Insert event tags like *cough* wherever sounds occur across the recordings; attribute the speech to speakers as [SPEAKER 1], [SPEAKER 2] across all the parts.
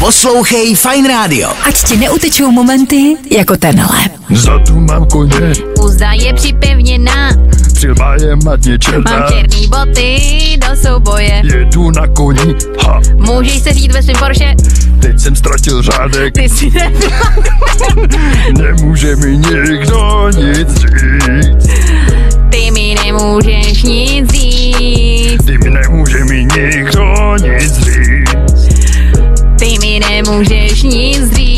[SPEAKER 1] Poslouchej Fine Radio.
[SPEAKER 2] Ať ti neutečou momenty jako tenhle.
[SPEAKER 3] Za tu mám koně,
[SPEAKER 4] Úzda je připevněna,
[SPEAKER 3] přilba je matně černá.
[SPEAKER 4] mám černý boty do souboje.
[SPEAKER 3] Jedu na koni, ha,
[SPEAKER 4] Můžeš se říct ve svém Porsche,
[SPEAKER 3] teď jsem ztratil řádek,
[SPEAKER 4] ty si ne...
[SPEAKER 3] nemůže mi nikdo nic říct.
[SPEAKER 4] Ty mi nemůžeš nic říct,
[SPEAKER 3] Ty mi nemůže mi nikdo nic říct.
[SPEAKER 4] ty mi nemůžeš nic říct.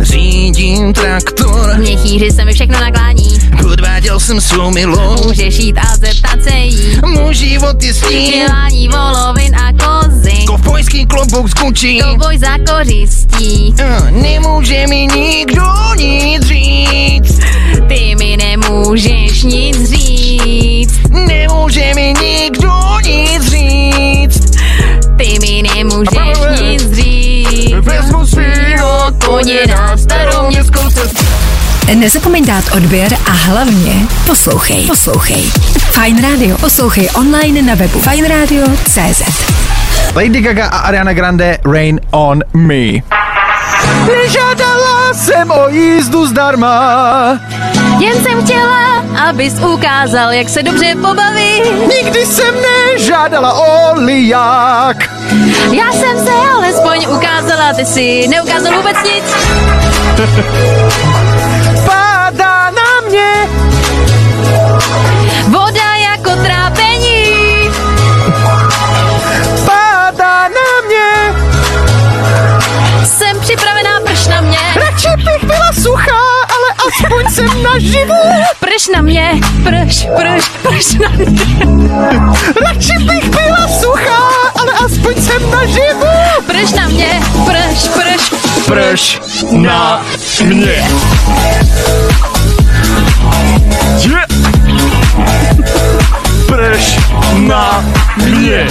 [SPEAKER 5] Řídím traktor,
[SPEAKER 4] Měchýři se mi všechno naklání,
[SPEAKER 5] podváděl jsem svou milou.
[SPEAKER 4] můžeš jít a zeptat se jí.
[SPEAKER 5] Můj život je stín,
[SPEAKER 4] Krylání volovin a kozy,
[SPEAKER 5] kovbojský klobouk z Gucci.
[SPEAKER 4] kovboj za kořistí.
[SPEAKER 5] Eh, Nemůže mi nikdo nic říct,
[SPEAKER 4] Ty mi nemůžeš nic říct,
[SPEAKER 5] nemůže mi nikdo nic říct.
[SPEAKER 4] ty mi nemůžeš nic říct.
[SPEAKER 3] Vezmu svýho koně na starou městskou cestu.
[SPEAKER 2] Nezapomeň dát odběr a hlavně poslouchej. Poslouchej. Fine Radio. Poslouchej online na webu fineradio.cz
[SPEAKER 6] Lady Gaga a Ariana Grande Rain on Me. Nežádala jsem o jízdu zdarma,
[SPEAKER 4] Jen jsem chtěla, abys ukázal, jak se dobře pobaví.
[SPEAKER 6] nikdy jsem nežádala o liják.
[SPEAKER 4] Já jsem se alespoň ukázala, ty si neukázal vůbec nic.
[SPEAKER 6] Padá na mě,
[SPEAKER 4] Voda jako trápení,
[SPEAKER 6] padá na mě,
[SPEAKER 4] jsem připravená, prš na mě,
[SPEAKER 6] radši bych byla suchá, ale aspoň jsem naživu.
[SPEAKER 4] prš na mě, prš, prš, prš na mě,
[SPEAKER 6] Radši bych byla suchá, ale aspoň jsem naživu.
[SPEAKER 4] prš na mě, prš, prš.
[SPEAKER 6] Prš na mě.
[SPEAKER 3] Prš na mě.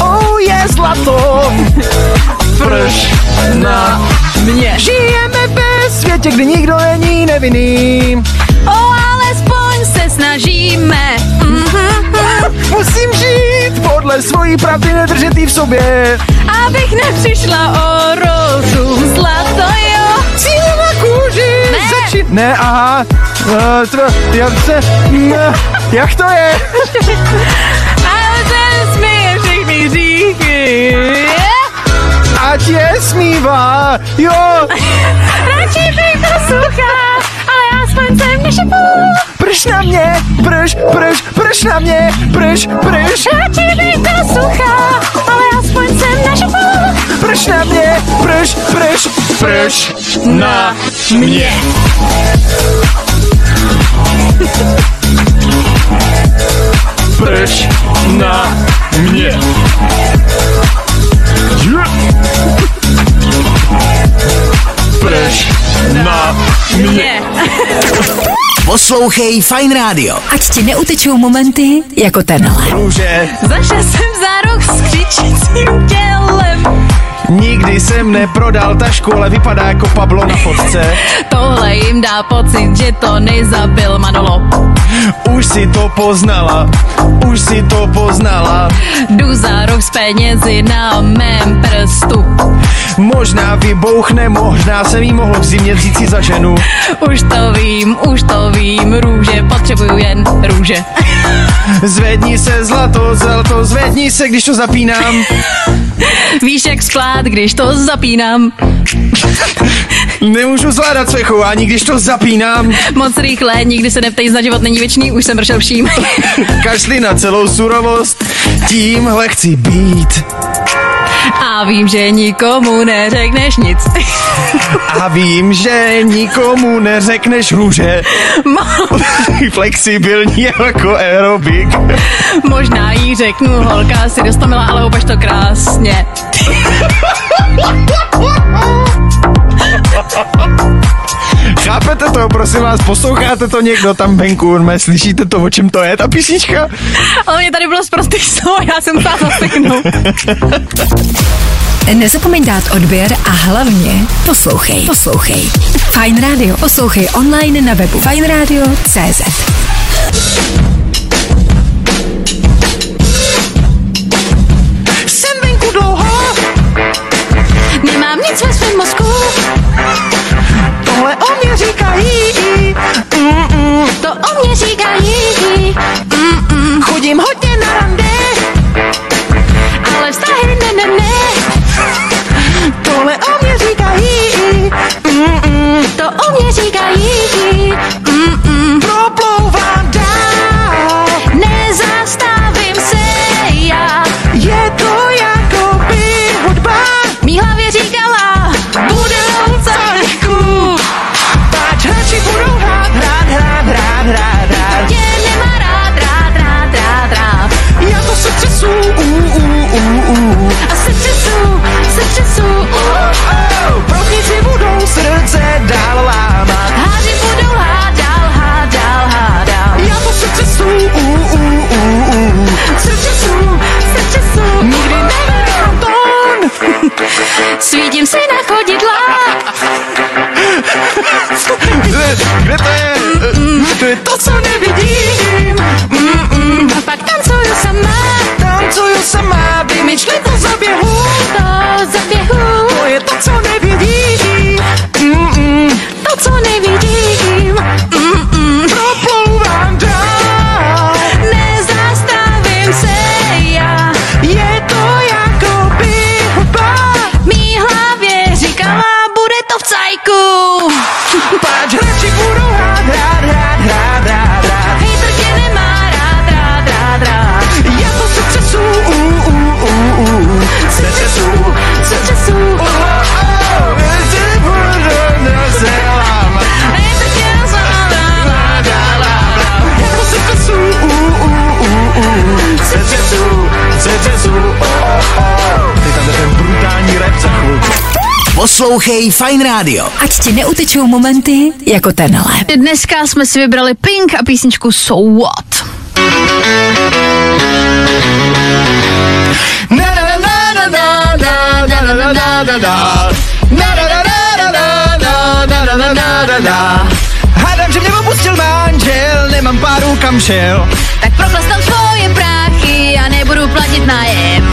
[SPEAKER 6] Oh je zlato,
[SPEAKER 3] Prš na
[SPEAKER 6] žijeme ve světě, kdy nikdo není nevinný.
[SPEAKER 4] O, alespoň se snažíme. Mhm, mhm.
[SPEAKER 6] Musím žít podle svojí pravdy, nedržet jí v sobě.
[SPEAKER 4] Abych nepřišla o rozu, zlato jo.
[SPEAKER 6] Cíle na kůži,
[SPEAKER 4] Ne.
[SPEAKER 6] začít... Ne, aha, uh, tr- jak se, ne, hm, jak to je?
[SPEAKER 4] *laughs* Ale ten směje všechny říky.
[SPEAKER 6] Ať je smívá, jo,
[SPEAKER 4] *laughs* Radši bych to suchá, ale aspoň jsem nešipů.
[SPEAKER 6] prš na mě, prš, prš, prš na mě, prš, prš,
[SPEAKER 4] Radši bych to suchá, ale aspoň jsem nešipů.
[SPEAKER 6] prš na mě, prš, prš,
[SPEAKER 3] prš na mě. Prš na mě. Prš na mě.
[SPEAKER 1] Poslouchej Fine Radio.
[SPEAKER 2] Ať ti neutečou momenty jako tenhle.
[SPEAKER 6] růže.
[SPEAKER 4] Zašla jsem za roh s křičícím tělem.
[SPEAKER 6] Nikdy jsem neprodal tašku, ale vypadá jako Pablo na fotce.
[SPEAKER 4] Tohle jim dá pocit, že to nezabil Manolo.
[SPEAKER 6] Už si to poznala, už si to poznala.
[SPEAKER 4] Jdu za roh s penězi na mém prstu.
[SPEAKER 6] Možná vybouchne, možná jsem jí mohl v zimě vzít si za ženu.
[SPEAKER 4] Už to vím, už to vím, růže, potřebuju jen růže.
[SPEAKER 6] Zvedni se zlato, zlato, zvedni se, když to zapínám.
[SPEAKER 4] Víš, jak sklát, když to zapínám.
[SPEAKER 6] Nemůžu zvládat své chování, když to zapínám.
[SPEAKER 4] Moc rychle, nikdy se neptej, za život není věčný, už jsem mršel vším.
[SPEAKER 6] Kašli na celou surovost, tímhle chci být.
[SPEAKER 4] A vím, že nikomu neřekneš nic.
[SPEAKER 6] A vím, že nikomu neřekneš růže.
[SPEAKER 4] Mo-
[SPEAKER 6] *laughs* Flexibilní jako aerobik.
[SPEAKER 4] možná jí řeknu, holka si dostamila, ale opaš to krásně.
[SPEAKER 6] Chápete to, prosím vás, posloucháte to někdo tam venku, urme, slyšíte to, o čem to je, ta písnička?
[SPEAKER 4] Ale mě tady bylo z prostých slov, já jsem musela zaseknout.
[SPEAKER 2] Nezapomeň dát odběr a hlavně poslouchej. Poslouchej. Fine Radio. Poslouchej online na webu fineradio.cz
[SPEAKER 5] Jsem venku
[SPEAKER 7] mě říkají. Mm-mm.
[SPEAKER 6] Proplouvám dál,
[SPEAKER 7] Nezastavím se já.
[SPEAKER 6] je to jako by hudba
[SPEAKER 7] Mí hlavě říkala, budou celku.
[SPEAKER 6] Ať hráči budou hrát, hrát, hrát, hrát, hrát, hrát
[SPEAKER 7] Tě nemá rád, rád, rád, rád, rád.
[SPEAKER 6] Já to se třesu, u, u, u, u
[SPEAKER 7] A se třesu, se třesu, uh,
[SPEAKER 6] Oh, Prochníci budou srdce dál lámat
[SPEAKER 7] háři budou hádal, hádal, hádal.
[SPEAKER 6] Já to se třesu, u, u, u, u
[SPEAKER 7] Se třesu, se třesu, nikdy neberu tón. Svítím si na chodidla,
[SPEAKER 8] Kde, kde to je?
[SPEAKER 6] To je to, co nevidím Mm-mm.
[SPEAKER 7] A pak tancuju sama,
[SPEAKER 6] Tancuju sama, vymýšlím to za běhu
[SPEAKER 7] to zaběhu,
[SPEAKER 6] To je to, co nevidím Mm-mm.
[SPEAKER 7] to co nevidím. Mm-mm.
[SPEAKER 6] Proplouvám dál
[SPEAKER 7] Nezastavím se já,
[SPEAKER 6] Je to jako by hudba
[SPEAKER 7] mý hlavě říkala, bude to v cajku.
[SPEAKER 6] Páč hráči budou hrát, hrát, hrát, hrát, hrát, hrát
[SPEAKER 7] Hejtr tě nemá rád, rád, rád, rád.
[SPEAKER 6] Já to se třesu, u, u, u, u Se třesu, se třesu
[SPEAKER 7] Času,
[SPEAKER 6] Oh, oh, věci budou zase lámat
[SPEAKER 7] hejtr tě rozhodla.
[SPEAKER 6] Já to se třesu, u, u, u, u Se třesu, se třesu, oh, oh, oh Teď tam jde ten brutální rap za chvilku
[SPEAKER 5] Poslouchej Fine Radio.
[SPEAKER 2] Ať ti neutečou momenty jako tenhle.
[SPEAKER 4] Dneska jsme si vybrali Pink a písničku So What.
[SPEAKER 6] Hádám, že mě opustil manžel, nemám páru kam šel.
[SPEAKER 4] Tak propleskám svoje práchy a nebudu platit nájem.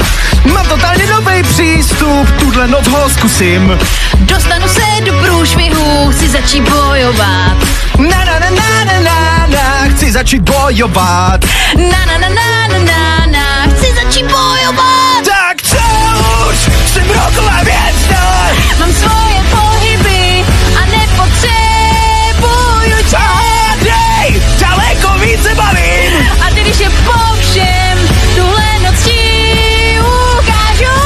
[SPEAKER 6] Mám totálně nový přístup, tuhle noc ho zkusím.
[SPEAKER 4] Dostanu se do průšvihu, chci začít bojovat.
[SPEAKER 6] Na na na na na na na, chci začít bojovat.
[SPEAKER 4] Na na na na na na na, chci začít bojovat.
[SPEAKER 6] Tak co už, jsem roková hvězda,
[SPEAKER 4] Mám svoje pohyby a nepotřebuju tě.
[SPEAKER 6] hádej, Ah, daleko více bavím.
[SPEAKER 4] A když je po všem, tuhle noc ti ukážu.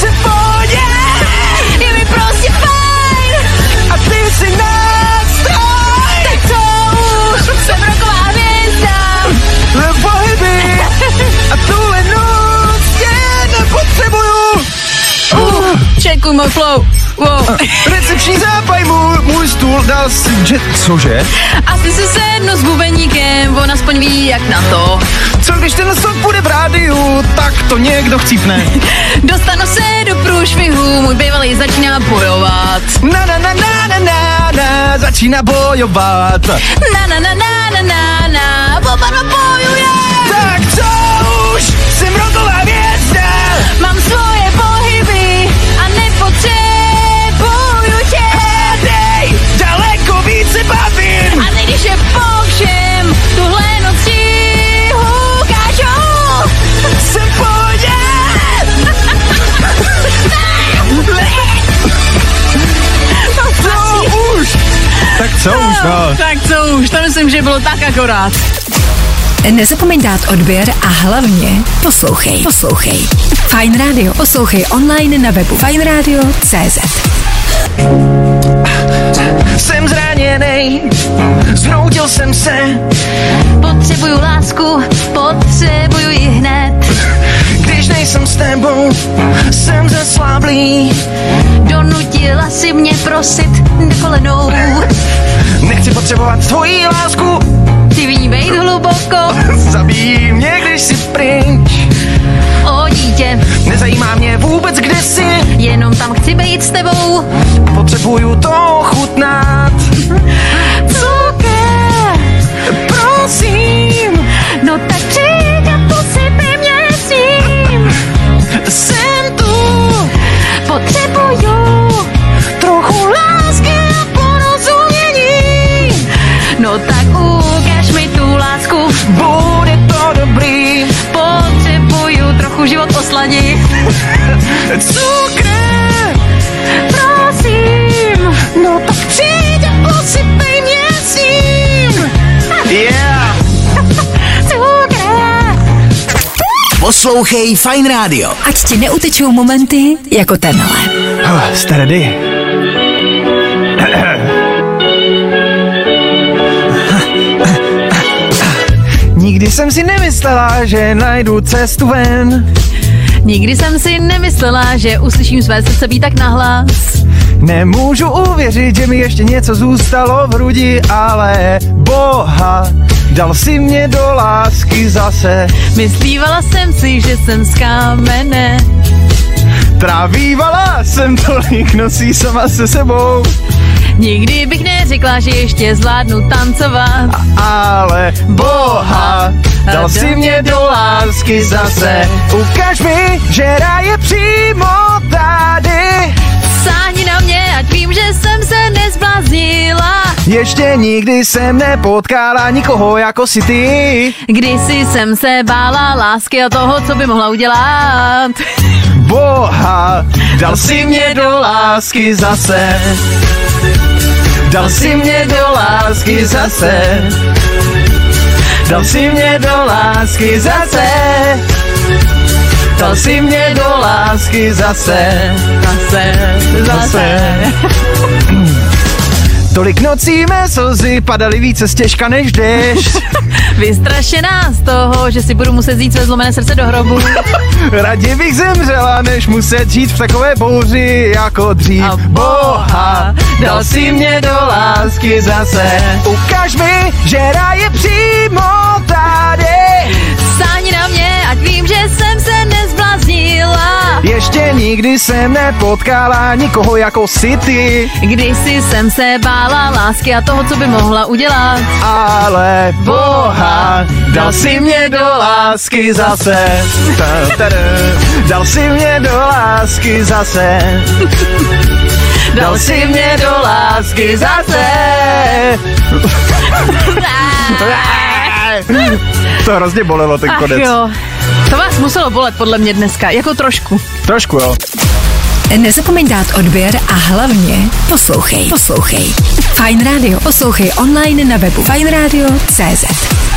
[SPEAKER 6] Se pohodě,
[SPEAKER 4] Je mi prostě fajn,
[SPEAKER 6] a ty si nástroj.
[SPEAKER 4] tak to už jsem roková hvězda.
[SPEAKER 6] Tvé pohyby a tuhle noc je nepotřebuju.
[SPEAKER 4] Uh, čekuj můj flow. Wow.
[SPEAKER 6] Recepční zápaj můj, můj stůl dal si, že, cože?
[SPEAKER 4] Asi si sednu s bubeníkem, on aspoň ví jak na to.
[SPEAKER 6] Co když ten song bude v rádiu, tak to někdo chcípne.
[SPEAKER 4] Dostanu se do průšvihu, můj bývalý začíná bojovat.
[SPEAKER 6] Na na na na na na na, začíná bojovat.
[SPEAKER 4] Na na na na na na na, oba dva bojuje.
[SPEAKER 6] Tak co už, jsem roková hvězda.
[SPEAKER 4] Mám svoje pohyby a nepotřebuju tě.
[SPEAKER 6] Hádej, daleko více bavím.
[SPEAKER 4] A teď, když je po všem, tuhle noc ti ukážu.
[SPEAKER 6] Jsem v pohodě. Tak co už? Tak co už, no.
[SPEAKER 4] Tak co už, to myslím, že bylo tak akorát.
[SPEAKER 2] Nezapomeň dát odběr a hlavně poslouchej. Poslouchej. Fine Radio. Poslouchej online na webu fineradio.cz
[SPEAKER 6] Jsem zraněný, zhroutil jsem se,
[SPEAKER 4] Potřebuju lásku, potřebuju ji hned.
[SPEAKER 6] když nejsem s tebou, jsem zesláblý.
[SPEAKER 4] Donutila si mě prosit kolenou.
[SPEAKER 6] Nechci potřebovat tvoji lásku,
[SPEAKER 4] Ty vnímej hluboko
[SPEAKER 6] zabíjí mě, když jsi pryč.
[SPEAKER 4] o dítě,
[SPEAKER 6] Nezajímá mě vůbec, kde jsi,
[SPEAKER 4] jenom tam chci být s tebou.
[SPEAKER 6] potřebuju to chutnat.
[SPEAKER 4] Cuker,
[SPEAKER 6] Prosím,
[SPEAKER 4] no tak přijď a posypej mě svým.
[SPEAKER 6] jsem tu,
[SPEAKER 4] Potřebuju trochu lásky a porozumění. No tak ukáž mi tu lásku,
[SPEAKER 6] bude to dobrý.
[SPEAKER 4] potřebuju trochu život osladit.
[SPEAKER 6] Cukr,
[SPEAKER 4] Prosím, no tak přijď a
[SPEAKER 5] Poslouchej Fine Radio.
[SPEAKER 2] Ať ti neutečou momenty jako tenhle.
[SPEAKER 6] Hele, jste ready? Nikdy jsem si nemyslela, že najdu cestu ven.
[SPEAKER 4] Nikdy jsem si nemyslela, že uslyším své srdce být tak nahlas.
[SPEAKER 6] Nemůžu uvěřit, že mi ještě něco zůstalo v hrudi, ale boha, dal si mě do lásky zase.
[SPEAKER 4] Myslívala jsem si, že jsem z kamene.
[SPEAKER 6] Trávívala jsem tolik nocí sama se sebou,
[SPEAKER 4] Nikdy bych neřekla, že ještě zvládnu tancovat.
[SPEAKER 6] ale boha, dal si mě do lásky zase. Ukaž mi, že ráj je přímo tady.
[SPEAKER 4] Sáhni na mě, ať vím, že jsem se nezbláznila.
[SPEAKER 6] Ještě nikdy jsem nepotkala nikoho jako si ty.
[SPEAKER 4] Kdysi jsem se bála lásky a toho, co by mohla udělat.
[SPEAKER 6] Boha, dal si mě do lásky zase. Dal si mě do lásky zase. Dal si mě do lásky zase. Dal si mě do lásky zase.
[SPEAKER 4] Zase, zase.
[SPEAKER 6] *laughs* Tolik nocí mé slzy padaly více stěžka než dešť.
[SPEAKER 4] *laughs* Vystrašená z toho, že si budu muset vzít své zlomené srdce do hrobu.
[SPEAKER 6] Raději bych zemřela, než muset žít v takové bouři jako dřív.
[SPEAKER 4] A
[SPEAKER 6] Boha, dal si mě do lásky zase. Ukaž mi, že ráj je přímo tady.
[SPEAKER 4] Sáhni na mě, ať vím, že jsem se nezbláznila.
[SPEAKER 6] Ještě nikdy jsem nepotkala nikoho jako si ty,
[SPEAKER 4] Kdysi jsem se bála lásky a toho, co by mohla udělat.
[SPEAKER 6] ale boha, dal si mě do lásky zase. Ta, ta, dal si mě do lásky zase. Dal si mě do lásky zase. To hrozně bolelo ten
[SPEAKER 4] Ach jo. To vás muselo bolet podle mě dneska, jako trošku.
[SPEAKER 6] Trošku jo.
[SPEAKER 2] Nezapomeň dát odběr a hlavně poslouchej. Poslouchej. Fine Radio. Poslouchej online na webu fineradio.cz.